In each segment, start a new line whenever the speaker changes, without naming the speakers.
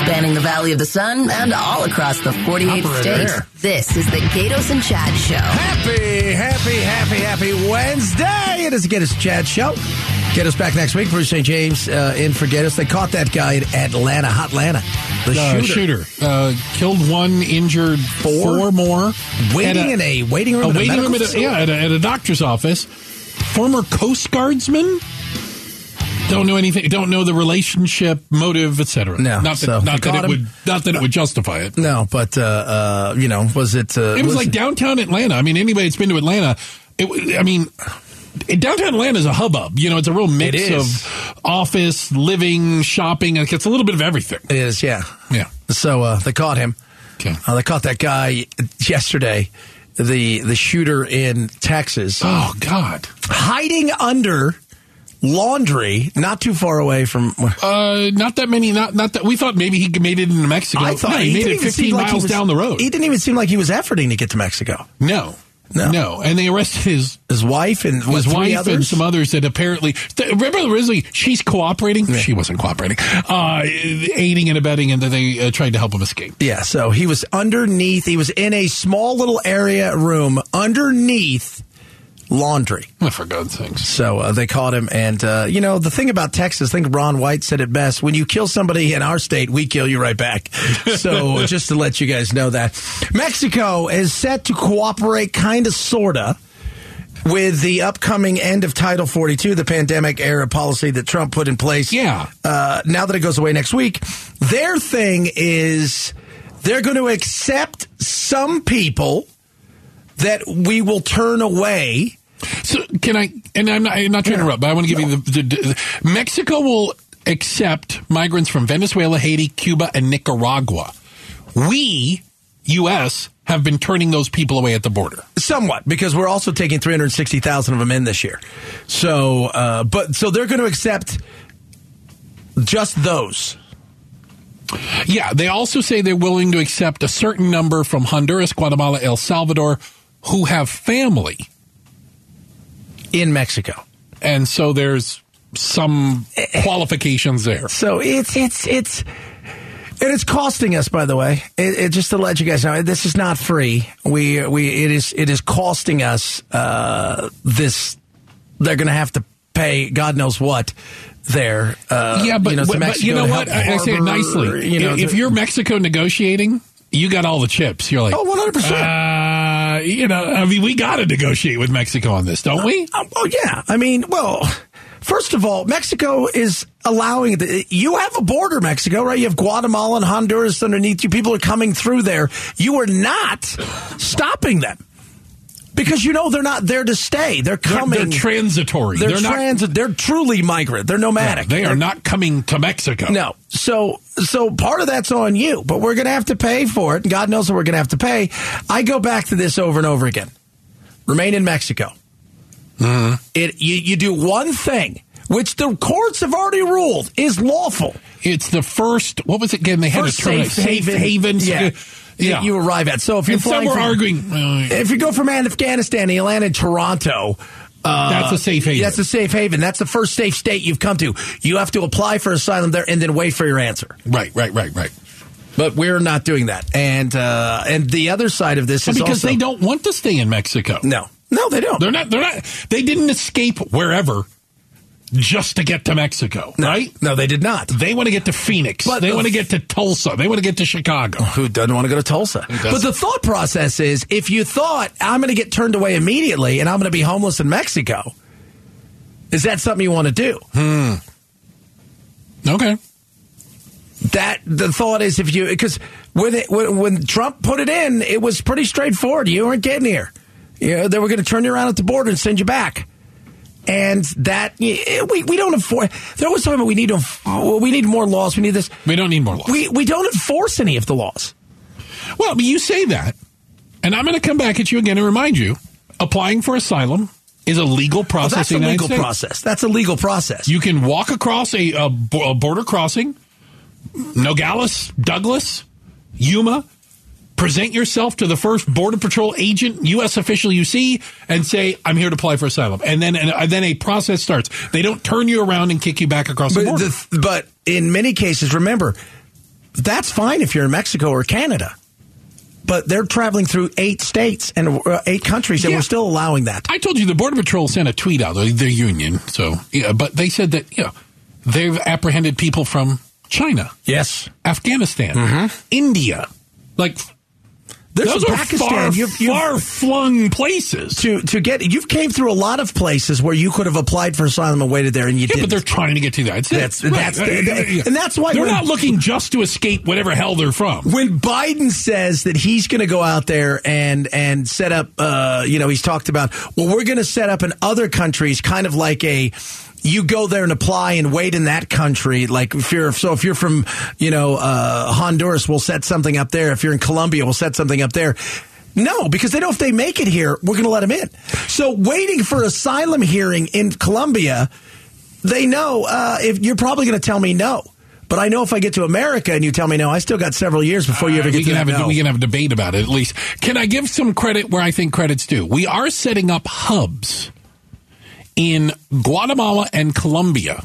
spanning the Valley of the Sun and all across the 48
Operator.
states. This is the Gatos and Chad Show.
Happy, happy, happy, happy Wednesday. It is the Get Us Chad Show. Get us back next week. Bruce St. James uh, in for Get Us. They caught that guy in Atlanta, Hot Atlanta. The
Uh,
shooter.
shooter uh, killed one, injured four,
Four?
more.
Waiting in
At
a waiting room.
uh, a
at a
waiting
medical
room at a,
facility?
yeah, at, a, at a doctor's office. Former Coast Guardsman. Don't know anything. Don't know the relationship, motive, etc.
No,
not that,
so
not
they
that it
caught him.
would not that it would justify it.
No, but, uh, uh, you know, was it. Uh,
It was like downtown Atlanta. I mean, anybody that's been to Atlanta, it, w- I mean, it- downtown Atlanta is a hubbub. You know, it's a real mix
It is.
of office, living, shopping. Like, It's a little bit of everything.
It is, yeah.
Yeah.
So uh, they caught him.
Okay.
Uh, they caught that guy yesterday, the the shooter in Texas,
Oh God.
hiding under laundry, not too far away from.
Uh, not that many. Not not that we thought maybe he made it into Mexico.
I thought
no, he, made
didn't
it
even seem
15
like he
miles
was-
down the road.
He didn't even seem like he was efforting to get to Mexico.
no,
No.
and they arrested his.
His wife and what,
His
three
wife
others?
and some others that apparently th- remember Risley. She's cooperating. She wasn't cooperating. Uh, aiding and abetting, and then they uh, tried to help him escape.
Yeah, so he was underneath. He was in a small little area room underneath laundry.
Oh, for God's sakes.
So uh, they caught him, and uh, you know the thing about Texas. I think Ron White said it best: when you kill somebody in our state, we kill you right back. So just to let you guys know that Mexico is set to cooperate, kind of, sorta. With the upcoming end of Title 42, the pandemic era policy that Trump put in place.
Yeah.
Uh, now that it goes away next week, their thing is they're going to accept some people that we will turn away.
So can I? And I'm not, I'm not trying to interrupt, but I want to give you the, the, the Mexico will accept migrants from Venezuela, Haiti, Cuba, and Nicaragua. We, U.S., have been turning those people away at the border.
somewhat because we're also taking 360,000 of them in this year. So, uh, but so they're going to accept just those.
Yeah, they also say they're willing to accept a certain number from Honduras, Guatemala, El Salvador, who have family,
In Mexico,
and so there's some qualifications there.
so it's it's it's and it's costing us. By the way, it, it, just to let you guys know, this is not free. We we it is it is costing us uh, this. They're going to have to pay God knows what there. Uh,
yeah, but
you know, to
but- but
Mexico
you know
to
what?
help
I, I say it
harbor,
nicely.
You know,
if, if
to-
you're Mexico negotiating, you got all the chips. You're like,
Oh, 100%.
Uh, you know, I mean, we got to negotiate with Mexico on this, don't we?
Um, oh yeah, I mean, well, first of all, Mexico is allowing the, you have a border, Mexico, right? You have Guatemala and Honduras underneath you. People are coming through there. You are not stopping them because you know they're not there to stay. They're
They're,
coming.
they're transitory.
they're
not.
transit. they're truly migrant. They're nomadic.
They are not coming to Mexico.
No. So so part of that's on you, but we're going to have to pay for it. And God knows what we're going to have to pay. I go back to this over and over again. Remain in Mexico.
Mm-hmm.
It you, you do one thing, which the courts have already ruled is lawful.
It's the first. What was it again? They had
First
a term,
safe
safe
haven.
haven.
Yeah.
yeah.
that You arrive at. So if you're
and some
flying
were
from-
arguing. well,
if you go from Afghanistan, you land in Toronto. Uh,
That's a safe haven.
That's a safe haven. That's the first safe state you've come to. You have to apply for asylum there and then wait for your answer.
right, right, right, right.
But we're not doing that. And uh, and the other side of this is
Oh, Because
also,
they don't want to stay in Mexico.
No, no, they don't.
They're not. They're not. They didn't escape wherever just to get to Mexico,
no,
right?
No, they did not.
They want to get to Phoenix.
But
they
the-
want to get to Tulsa. They want to get to Chicago.
Who doesn't want to go to Tulsa?
doesn't?
But the thought process is, if you thought I'm going to get turned away immediately and I'm going to be homeless in Mexico, is that something you want to do?
Okay.
That the thought is, if you because when, it- when when Trump put it in, it was pretty straightforward. You weren't getting here. You know, they were going to turn you around at the border and send you back. And that eh, we, we don't afford. They're always talking about we need to, we need more laws. We need this.
We don't need more laws.
We we don't enforce any of the laws.
well, but you say that, and I'm going to come back at you again and remind you: applying for asylum is a legal
Oh,
process.
that's a
in the United
legal
States.
process. That's a legal process.
You can walk across a, a, bo- a border crossing, Nogales, Douglas, Yuma, present yourself to the first Border Patrol agent, U.S. official you see, and say, I'm here to apply for asylum. And then, and, then a process starts. They don't turn you around and kick you back across the
but,
border.
the, but in many cases, remember, That's fine if you're in Mexico or Canada. But they're traveling through eight states and uh, eight countries, and
Yeah.
we're still allowing that.
I told you the Border Patrol sent a tweet out, their their union. So, yeah, but they said that, you know, they've apprehended people from China,
Yes.
Afghanistan, India. Like,
There's
those
some
are
Pakistan.
far,
You've- you've-
far flung places.
to to get you've came through a lot of places where you could have applied for asylum and waited there and you
Yeah,
didn't.
but they're trying to get to that.
That's- that's- and that's why
they're
when-
not looking just to escape whatever hell they're from.
when Biden says that he's going to go out there and and set up, uh, you know, he's talked about. Well, we're going to set up in other countries, kind of like a. You go there and apply and wait in that country. Like if you're so, if you're from you know uh, Honduras, we'll set something up there. If you're in Colombia, we'll set something up there. No, because they know if they make it here, we're going to let them in. So waiting for asylum hearing in Colombia, they know uh, if you're probably going to tell me no. But I know if I get to America and you tell me no, I still got several years before you ever
Uh,
get
we
to
can
that
have
no.
a, we can have a debate about it at least. Can I give some credit where I think credit's due? We are setting up hubs in Guatemala and Colombia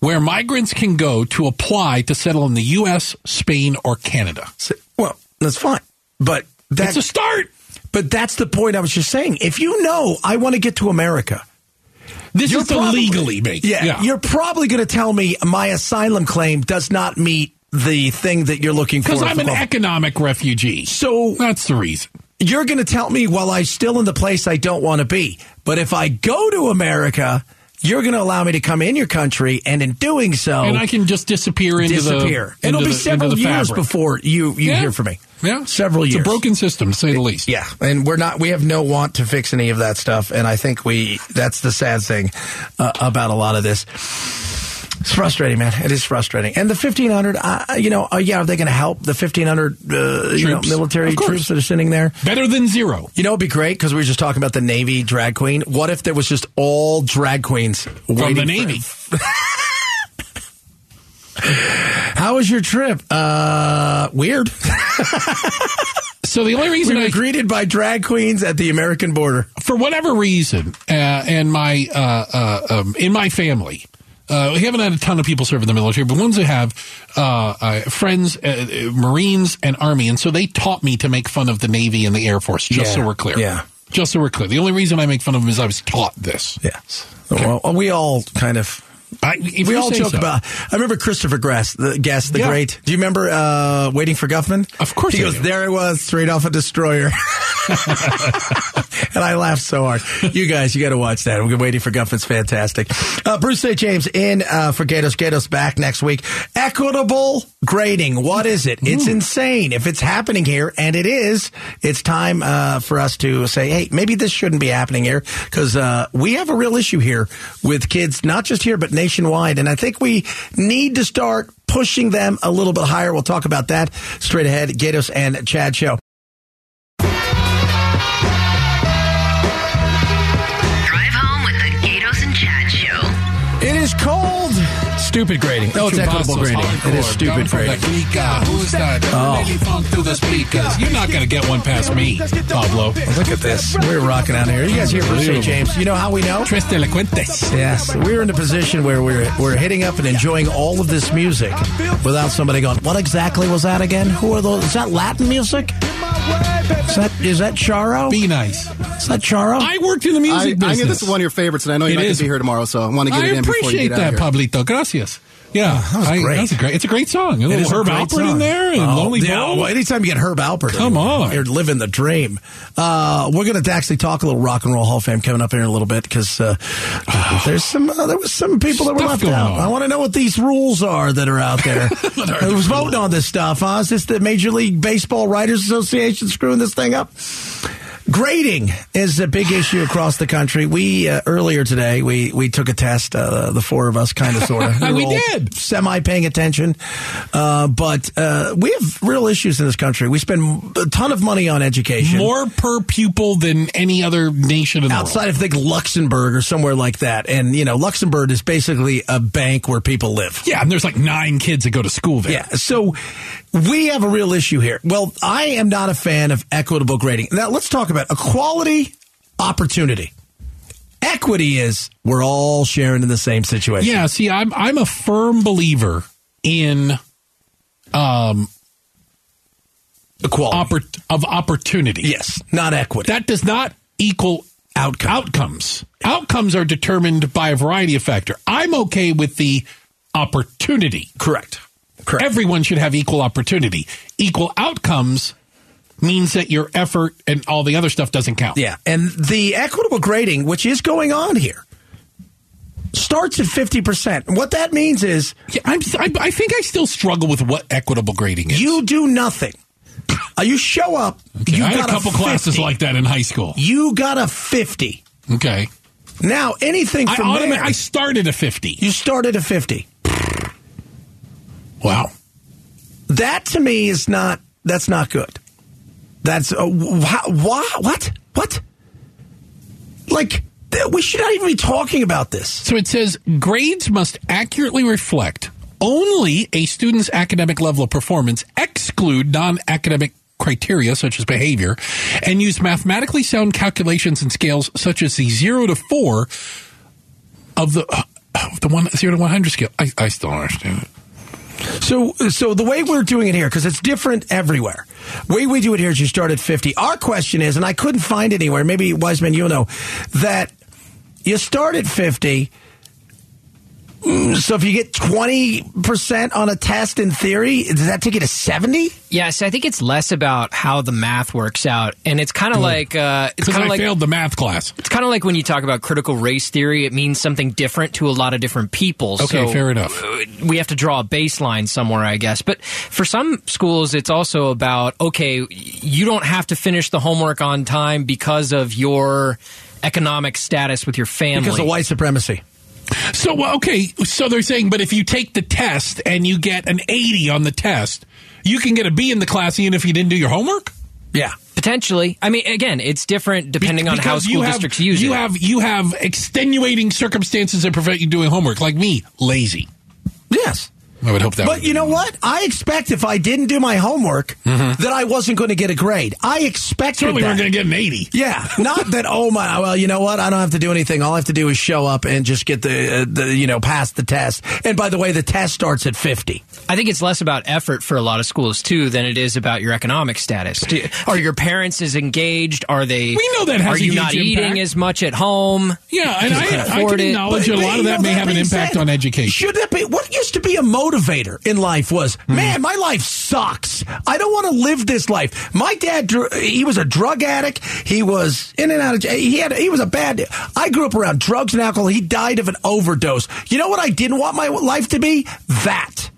where migrants can go to apply to settle in the U.S., Spain, or Canada.
So- well, that's fine. But
That's
that's
a start.
but that's the point I was just saying. If you know I want to get to America,
This
You're
is to
probably-
legally make.
yeah,
yeah.
you're probably going to tell me my asylum claim does not meet the thing that you're looking for.
Because I'm an
Well,
economic refugee.
so
That's the reason.
you're going to tell me while I'm still in the place I don't want to be. But if I go to America, you're going to allow me to come in your country, and in doing so,
and I can just disappear into
Oh. disappear.
the.
It'll
into
be
the-
several
into the
years
fabric.
before you you
Yeah.
hear from me.
Yeah,
several
It's
years.
a broken system, to say the least.
yeah, and we're not. We have no want to fix any of that stuff, and I think we. That's the sad thing uh, about a lot of this. It's frustrating, man. It is frustrating. And the fifteen hundred, uh, you know, uh, yeah, are they going to help the fifteen hundred, uh, you know,
Troops.
military
Of course.
troops that are sitting there?
better than zero.
You know, it'd be great because we were just talking about the Navy drag queen. What if there was just all drag queens
From
waiting
the
for-
Navy.
How was your trip? Uh, weird.
So the only reason
we were
I,
greeted by drag queens at the American border.
for whatever reason, uh, and my uh, uh, um, in my family, uh, we haven't had a ton of people serve in the military, but ones who have uh, uh, friends, uh, uh, Marines and Army, and so they taught me to make fun of the Navy and the Air Force. Just
Yeah,
so we're clear.
yeah.
Just so we're clear. The only reason I make fun of them is I was taught this.
Yes. Well, we all kind of.
I, if
We
you
all
say
joke
so.
about. I remember Christopher Guest, the guest, the
Yeah.
great. Do you remember uh, waiting for Guffman?
Of course
He
I
goes,
do.
"There it was, straight off a destroyer," and I laughed so hard. You guys, you got to watch that. We're waiting for Guffman's fantastic. Uh, Bruce A. James in uh, for Gatos. Gatos back next week. Equitable grading. What is it? It's insane. If it's happening here, and it is, it's time uh, for us to say, hey, maybe this shouldn't be happening here because uh, we have a real issue here with kids, not just here, but nationwide. And I think we need to start pushing them a little bit higher. We'll talk about that straight ahead. Gatos and Chad Show.
Drive home with the Gatos and Chad Show.
It is cold. Stupid grading.
Oh,
No, it's equitable grading. It is stupid grading.
Oh. You're not going to get one past me, Pablo.
Look at this. We're rocking out here. You guys hear Bruce A. James. You know how we know?
Tres delincuentes.
Yes, we're in a position where we're we're hitting up and enjoying all of this music without somebody going, "What exactly was that again? Who are those? Is that Latin music? Is that is that Charo?
Be nice.
Is that Charo?"
I worked in the
I,
music
I
business.
knew this is one of your favorites, and I know
It
you're not going
is.
to be here tomorrow, so I want to get
I
it in before you
appreciate
get out
that,
of here.
Pablito. Gracias. Yeah, that
was
I,
great.
That's a great. It's a great song. A
It
little
is a
Herb
great
Alpert in
song.
there and
Oh,
Lonely
yeah,
Boy.
well, anytime you get Herb Alpert,
Come on.
you're living the dream. Uh, we're going to actually talk a little rock and roll Hall of Fame coming up here in a little bit because uh, there's some uh, there was some people that were
Stuff
left
going
out.
on.
I want to know what these rules are that are out there. Who's voting on this stuff? Huh? Is this the Major League Baseball Writers Association screwing this thing up? Grading is a big issue across the country. We uh, earlier today we we took a test. Uh, the four of us, kind of, sort of.
We did.
semi paying attention, uh, but uh, we have real issues in this country. We spend a ton of money on education.
More per pupil than any other nation in the
Outside of, think, Luxembourg or somewhere like that. And, you know, Luxembourg is basically a bank where people live.
world. Yeah, and there's like nine kids that go to school there.
Yeah. So we have a real issue here. Well, I am not a fan of equitable grading. Now, let's talk about equality opportunity. Equity is we're all sharing in the same situation.
Yeah, see, I'm I'm a firm believer in
Equality.
oppor- of opportunity.
yes, not equity.
That does not equal
Outcome.
outcomes. Outcomes are determined by a variety of factor. I'm okay with the opportunity.
correct. Correct.
Everyone should have equal opportunity. Equal outcomes means that your effort and all the other stuff doesn't count.
yeah, and the equitable grading, which is going on here, starts at fifty percent. What that means is
Yeah, I'm, I, I think I still struggle with what equitable grading is.
you do nothing. Uh, You show up.
Okay,
you
I had
got
a couple
50.
classes like that in high school.
You got a fifty.
Okay.
Now anything
I,
from
automa-
there,
I started a 50.
you start at a fifty.
Wow.
That to me is not. That's not good. That's uh, wh- wh- what what like th- we should not even be talking about this.
So it says grades must accurately reflect only a student's academic level of performance, exclude non academic criteria such as behavior, and use mathematically sound calculations and scales such as the zero to four of the. uh, of the one zero to one hundred scale. I, I still don't understand it.
So so the way we're doing it here because it's different everywhere. way we do it here is you start at fifty. Our question is, and I couldn't find anywhere. Maybe Wiseman, you'll know that you start at fifty. Mm, So if you get twenty percent on a test in theory, does that take you to seventy?
Yeah, so I think it's less about how the math works out, and it's kind of like uh, it's
Because
kind
I
of like
failed the math class.
it's kind of like when you talk about critical race theory. It means something different to a lot of different people.
Okay,
so
fair enough.
we have to draw a baseline somewhere, I guess. But for some schools, it's also about okay, you don't have to finish the homework on time because of your economic status with your family.
Because of white supremacy.
So well, okay, so they're saying, but if you take the test and you get an eighty on the test, you can get a B in the class even if you didn't do your homework.
Yeah.
Potentially, I mean, again, it's different depending on how
Because you
school
have-
districts use
you
it.
have you have extenuating circumstances that prevent you doing homework, like me, lazy.
Yes.
I would hope that.
But
would-
you know what? I expect if I didn't do my homework that I wasn't going to get a grade. I expected
Mm-hmm. certainly
that.
weren't going to get an eighty.
yeah, not that. Oh my! Well, you know what? I don't have to do anything. All I have to do is show up and just get the, uh, the you know, pass the test. And by the way, the test starts at fifty.
I think it's less about effort for a lot of schools too than it is about your economic status. Do- Are your parents as engaged? Are they?
We know that has
Are you
a
not
huge
eating
impact.
as much at home?
Yeah, and
Just
I,
can't
I
afford
can
it.
acknowledge
But-
a
but,
lot
you
of that
know,
may have an
being
impact
said,
on education.
Should that be what used to be a motivator in life was,
Hmm.
man, my life sucks. I don't want to live this life. My dad, dr- he was a drug addict. He was in and out of jail. He had he was a bad. I grew up around drugs and alcohol. He died of an overdose. You know what I didn't want my life to be? That.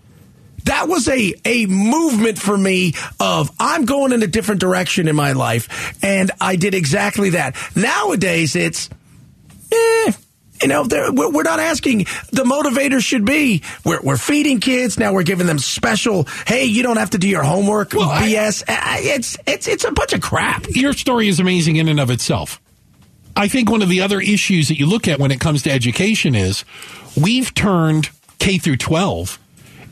That was a, a movement for me of I'm going in a different direction in my life. And I did exactly that. Nowadays, it's eh, you know, they're- we're we're not asking. The motivator should be we're, we're feeding kids now. We're giving them special. Hey, you don't have to do your homework.
Well, I-
BS. I, I- eh, it's it's it's a bunch of crap.
Your story is amazing in and of itself. I think one of the other issues that you look at when it comes to education is we've turned K through twelve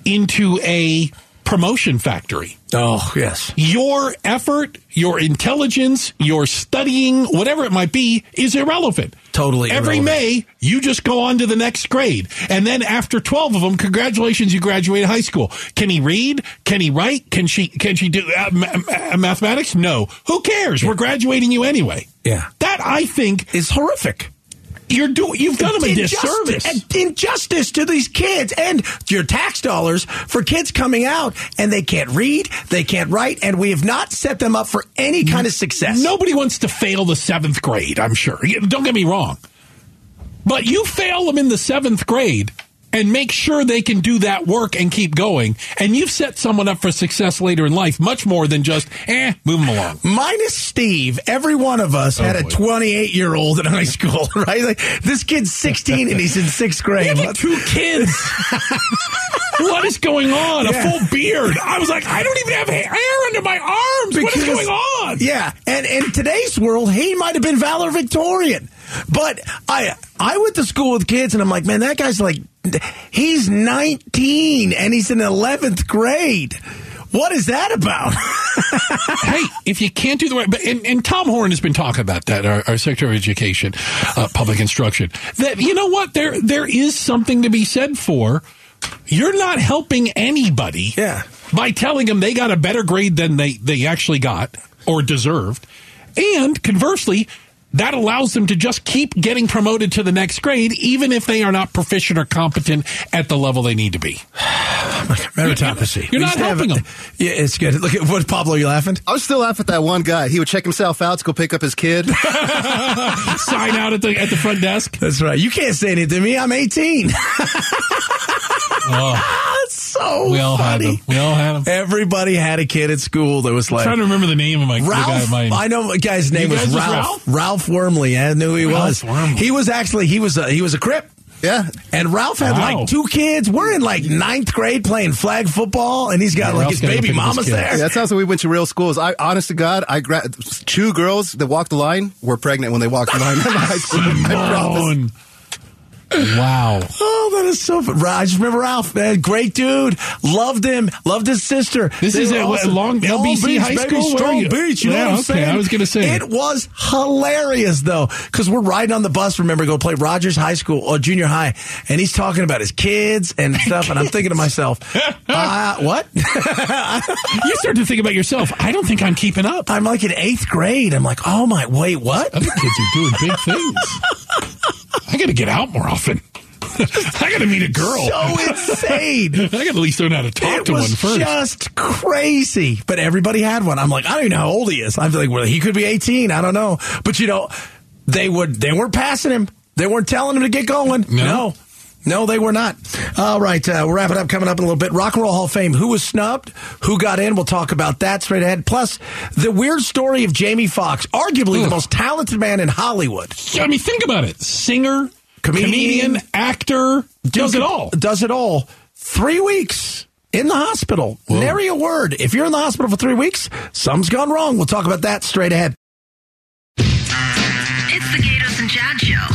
into a promotion factory.
Oh yes,
your effort, your intelligence, your studying, whatever it might be, is irrelevant.
Totally
Every
irrelevant.
May, you just go on to the next grade. And then after 12 of them, congratulations, you graduated high school. Can he read? Can he write? Can she can she do uh, ma- ma- mathematics? No. Who cares? We're graduating you anyway.
Yeah.
That I think
it's horrific.
you're doing you've done them a disservice.
injustice, and injustice to these kids and your tax dollars for kids coming out and they can't read, they can't write, and we have not set them up for any kind of success.
Nobody wants to fail the seventh grade, I'm sure. Yeah, Don't get me wrong. But you fail them in the seventh grade and make sure they can do that work and keep going, and you've set someone up for success later in life much more than just, eh, move them along.
minus Steve, every one of us had a
Oh, boy.
28 year old in high school, right? Like, this kid's 16 and he's in sixth grade.
But two kids. what is going on?
Yeah.
A full beard. I was like, I don't even have ha- hair under my arms. what is
Because-
going on?
Yeah, and in today's world, he might have been valedictorian, but I I went to school with kids, and I'm like, man, that guy's like, he's 19 and he's in 11th grade. What is that about?
hey, if you can't do the right, but and, and Tom Horn has been talking about that, our, our Secretary of Education, uh, public instruction. That you know what there there is something to be said for. You're not helping anybody.
Yeah.
by telling them they got a better grade than they, they actually got or deserved. And conversely, that allows them to just keep getting promoted to the next grade, even if they are not proficient or competent at the level they need to be.
Meritocracy. We
You're not
used to have-
helping 'em.
Yeah, it's good. Look at what Pablo. You laughing?
I was still laugh at that one guy. He would check himself out to go pick up his kid.
Sign out at the at the front desk.
That's right. You can't say anything to me. I'm 18. That's so
Oh, We all had
funny.
them. We all had them.
Everybody had a kid at school that was like
trying to remember the name of my the guy
Ralph.
at my-
I know a guy's name
You
was,
guys was
Ralph. Ralph Wormley. I knew who he
Ralph
was.
Wormley.
He was actually he was a, he was a crip.
yeah.
And Ralph had
Wow.
like two kids. We're in like ninth grade playing flag football, and he's got like his
Ralph's gotta go
baby
pick up his
mamas
kids.
there.
Yeah, that sounds like we went to real schools. I, honest to God, I gra- two girls that walked the line were pregnant when they walked the line. I, promise.
Simone. Wow.
Oh, that is so fun. I just remember Ralph, man. Great dude. Loved him. Loved his sister.
This is
were
at what, Long- LBC
Beach,
High
baby.
School? Where
Strong
are you?
Beach. You
Yeah,
know what I'm
okay.
saying?
I was gonna say.
It was hilarious, though, because we're riding on the bus, remember, go play Rogers High School or junior high. And he's talking about his kids and stuff. And I'm thinking to myself, uh, what?
You start to think about yourself. I don't think I'm keeping up.
I'm like in eighth grade. I'm like, oh my, wait, what?
Other kids are doing big things. I got to get out more often. I got to meet a girl.
So insane.
I got to at least learn how to talk
it
to
was
one first.
just crazy. But everybody had one. I'm like, I don't even know how old he is. I'm like, well, he could be 18. I don't know. But you know, they would. They weren't passing him. They weren't telling him to get going.
No.
No. No, they were not. All right, uh, we'll wrap it up coming up in a little bit. Rock and Roll Hall of Fame. Who was snubbed? Who got in? We'll talk about that straight ahead. Plus, the weird story of Jamie Foxx, arguably the
Ugh.
most talented man in Hollywood.
I mean, think about it. Singer,
Comedian.
comedian, actor, does it all.
Does it all. Three weeks in the hospital. Nary a word. If you're in the hospital for three weeks, something's gone wrong. We'll talk about that straight ahead.
It's the Gatos and Chad Show.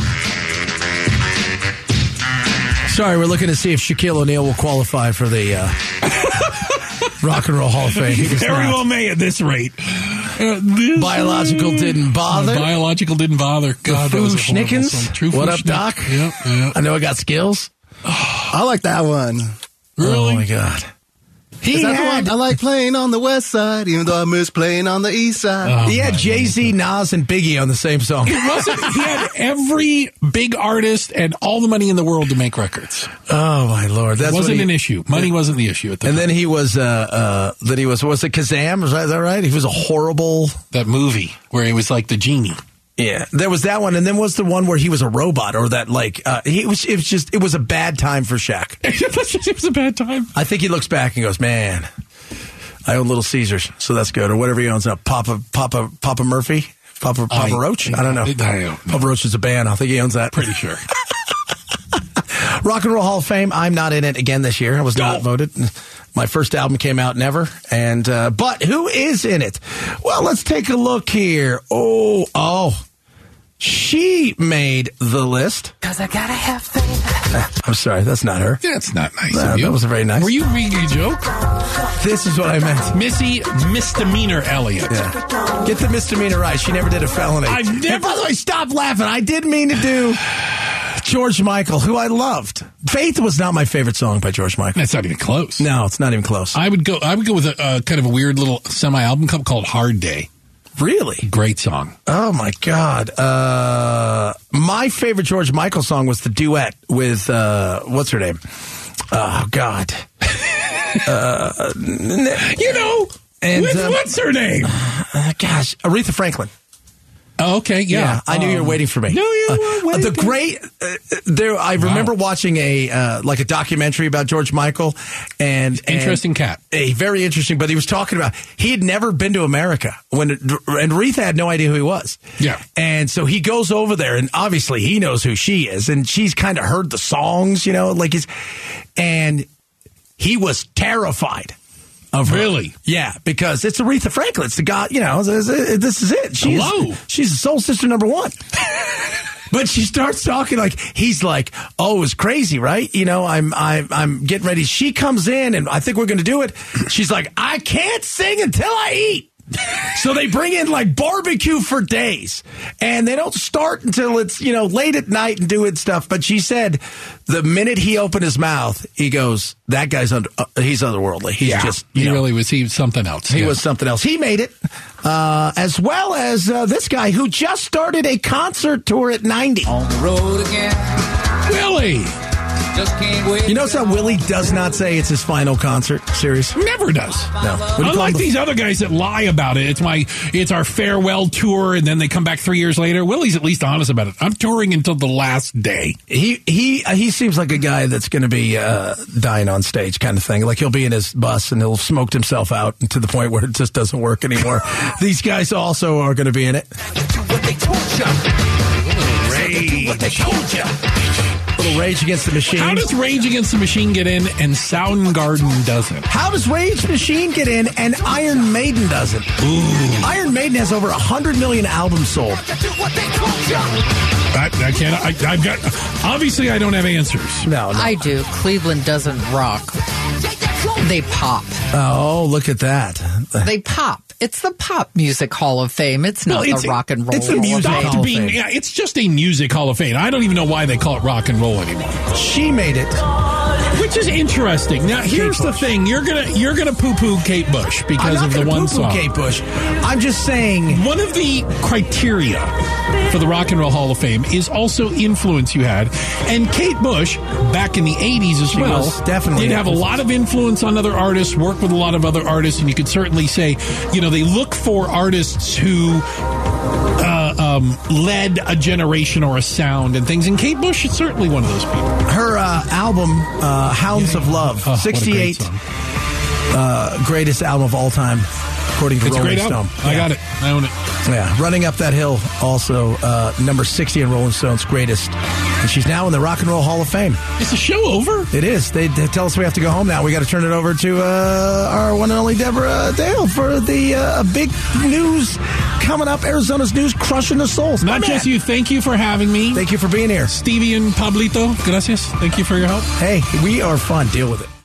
Sorry, we're looking to see if Shaquille O'Neal will qualify for the uh, Rock and Roll Hall of Fame. He was
Very
not.
well may at this rate. Uh, this-
Biological didn't bother.
Biological didn't bother. God, that was a
Foo
horrible
Schnickens?
song. True
What
Foo
up,
Schnick-
Doc?
Yep, yep.
I know I got skills.
I like that one.
Oh,
Really?
my God. He
Is that
had,
the one? I like playing on the west side, even though I miss playing on the east side.
Uh-huh.
he had Jay-Z, Nas, and Biggie on the same song.
Russell, he had every big artist and all the money in the world to make records.
Oh, my Lord. That's
It
what
wasn't
he-
an issue. Money wasn't the issue at the
And
time.
then he was, uh, uh, then he was, was it Kazam? Is that, is that right? He was a horrible.
that movie where he was like the genie.
Yeah, there was that one, and then was the one where he was a robot, or that like uh, he was. It was just it was a bad time for Shaq.
it was a bad time.
I think he looks back and goes, "Man, I own Little Caesars, so that's good." Or whatever he owns now, Papa Papa Papa Murphy, Papa Papa
I-
Roach. I don't know.
I don't know.
Papa Roach is a band. I think he owns that.
Pretty sure.
Rock and Roll Hall of Fame. I'm not in it again this year. I was not
Oh.
voted. My first album came out never, and uh, but who is in it? Well, let's take a look here. Oh, oh, she made the list. Cause I gotta have faith. I'm sorry, that's not her.
That's not nice
Uh,
of you.
that was very nice.
Were you making a joke?
This is what I meant.
Missy Misdemeanor Elliott.
Yeah. Get the misdemeanor right. She never did a felony.
I've
And
never-
by the way, stop laughing. I did mean to do George Michael, who I loved. Faith was not my favorite song by George Michael.
That's not even close.
No, it's not even close.
I would go. I would go with a, uh kind of a weird little semi album called- called Hard Day.
really?
Great song.
Oh my God! Uh, my favorite George Michael song was the duet with uh, what's her name? Oh God!
You know.
And,
with,
um,
what's her name?
Uh, gosh, Aretha Franklin.
Oh, okay, yeah.
I knew you were
Um,
waiting for me.
No, you were
Uh,
waiting.
The great. Uh, there, I remember watching a uh, like a documentary about George Michael, and and-
Interesting cat.
A very interesting, but he was talking about he had never been to America when and Aretha had no idea who he was.
Yeah.
and so he goes over there, and obviously he knows who she is, and she's kind of heard the songs, you know, like he's, and he was terrified of her.
Really?
Yeah, because it's Aretha Franklin. It's the god, you know, this is it. This is it. She's,
Hello.
She's the soul sister number one. But she starts talking like he's like, "Oh, it was crazy, right? You know, I'm I'm I'm getting ready." She comes in and I think we're going to do it. She's like, "I can't sing until I eat." so they bring in like barbecue for days, and they don't start until it's you know late at night and doing stuff. But she said, the minute he opened his mouth, he goes, "That guy's under, uh, he's otherworldly. He's just you
he
know,
really was he was something else.
he
yeah.
was something else. He made it, uh, as well as uh, this guy who just started a concert tour at ninety.
road again.
Willie.
Just can't wait.
You notice how Willie does not say it's his final concert series.
Never does.
No, What do you call
Unlike
the-
these other guys that lie about it, it's my it's our farewell tour, and then they come back three years later. Willie's at least honest about it. I'm touring until the last day.
he he uh, he seems like a guy that's going to be uh, dying on stage kind of thing. Like he'll be in his bus and he'll have smoked himself out to the point where it just doesn't work anymore. These guys also are going to be in it. Little Rage Against the Machine.
How does Rage Against the Machine get in, and Soundgarden doesn't?
How does Rage Machine get in and Iron Maiden doesn't? Iron Maiden has over 100 million albums sold.
I, I can't. I, I've got. Obviously, I don't have answers.
No, no.
I do. Cleveland doesn't rock. They pop.
oh, look at that.
They pop. It's the Pop Music Hall of Fame. It's not the Rock and Roll
it's the
Hall of
music
Fame.
Hall
Stop
of
being.
Fame.
Yeah, it's just a music hall of fame. I don't even know why they call it rock and roll anymore,
She made it.
which is interesting. Now, here's the
Bush.
thing: you're gonna you're gonna poo poo Kate Bush
I'm
because
not
of the
gonna
one
poo-poo
song.
Kate Bush. I'm just saying.
One of the criteria for the Rock and Roll Hall of Fame is also influence you had. And Kate Bush, back in the 80s as well,
was definitely
did have a lot of influence on other artists, worked with a lot of other artists, and you could certainly say, you know, they look for artists who uh, um, led a generation or a sound and things. And Kate Bush is certainly one of those people.
Her uh, album, uh, Hounds of Love,
Oh, what a great
68,
song.
uh, greatest album of all time, according to
It's a
Rolling
great
Stone.
album. I got it. I own it.
Yeah, Running Up That Hill, also uh, number 60 in Rolling Stone's greatest. And she's now in the Rock and Roll Hall of Fame.
Is the show over?
It is. They, they tell us we have to go home now. We got to turn it over to uh, our one and only Deborah Dale for the uh, big news coming up. Arizona's news crushing the souls.
Not
My
just
man.
you. Thank you for having me.
Thank you for being here.
Stevie and Pablito, gracias. Thank you for your help.
Hey, we are fun. Deal with it.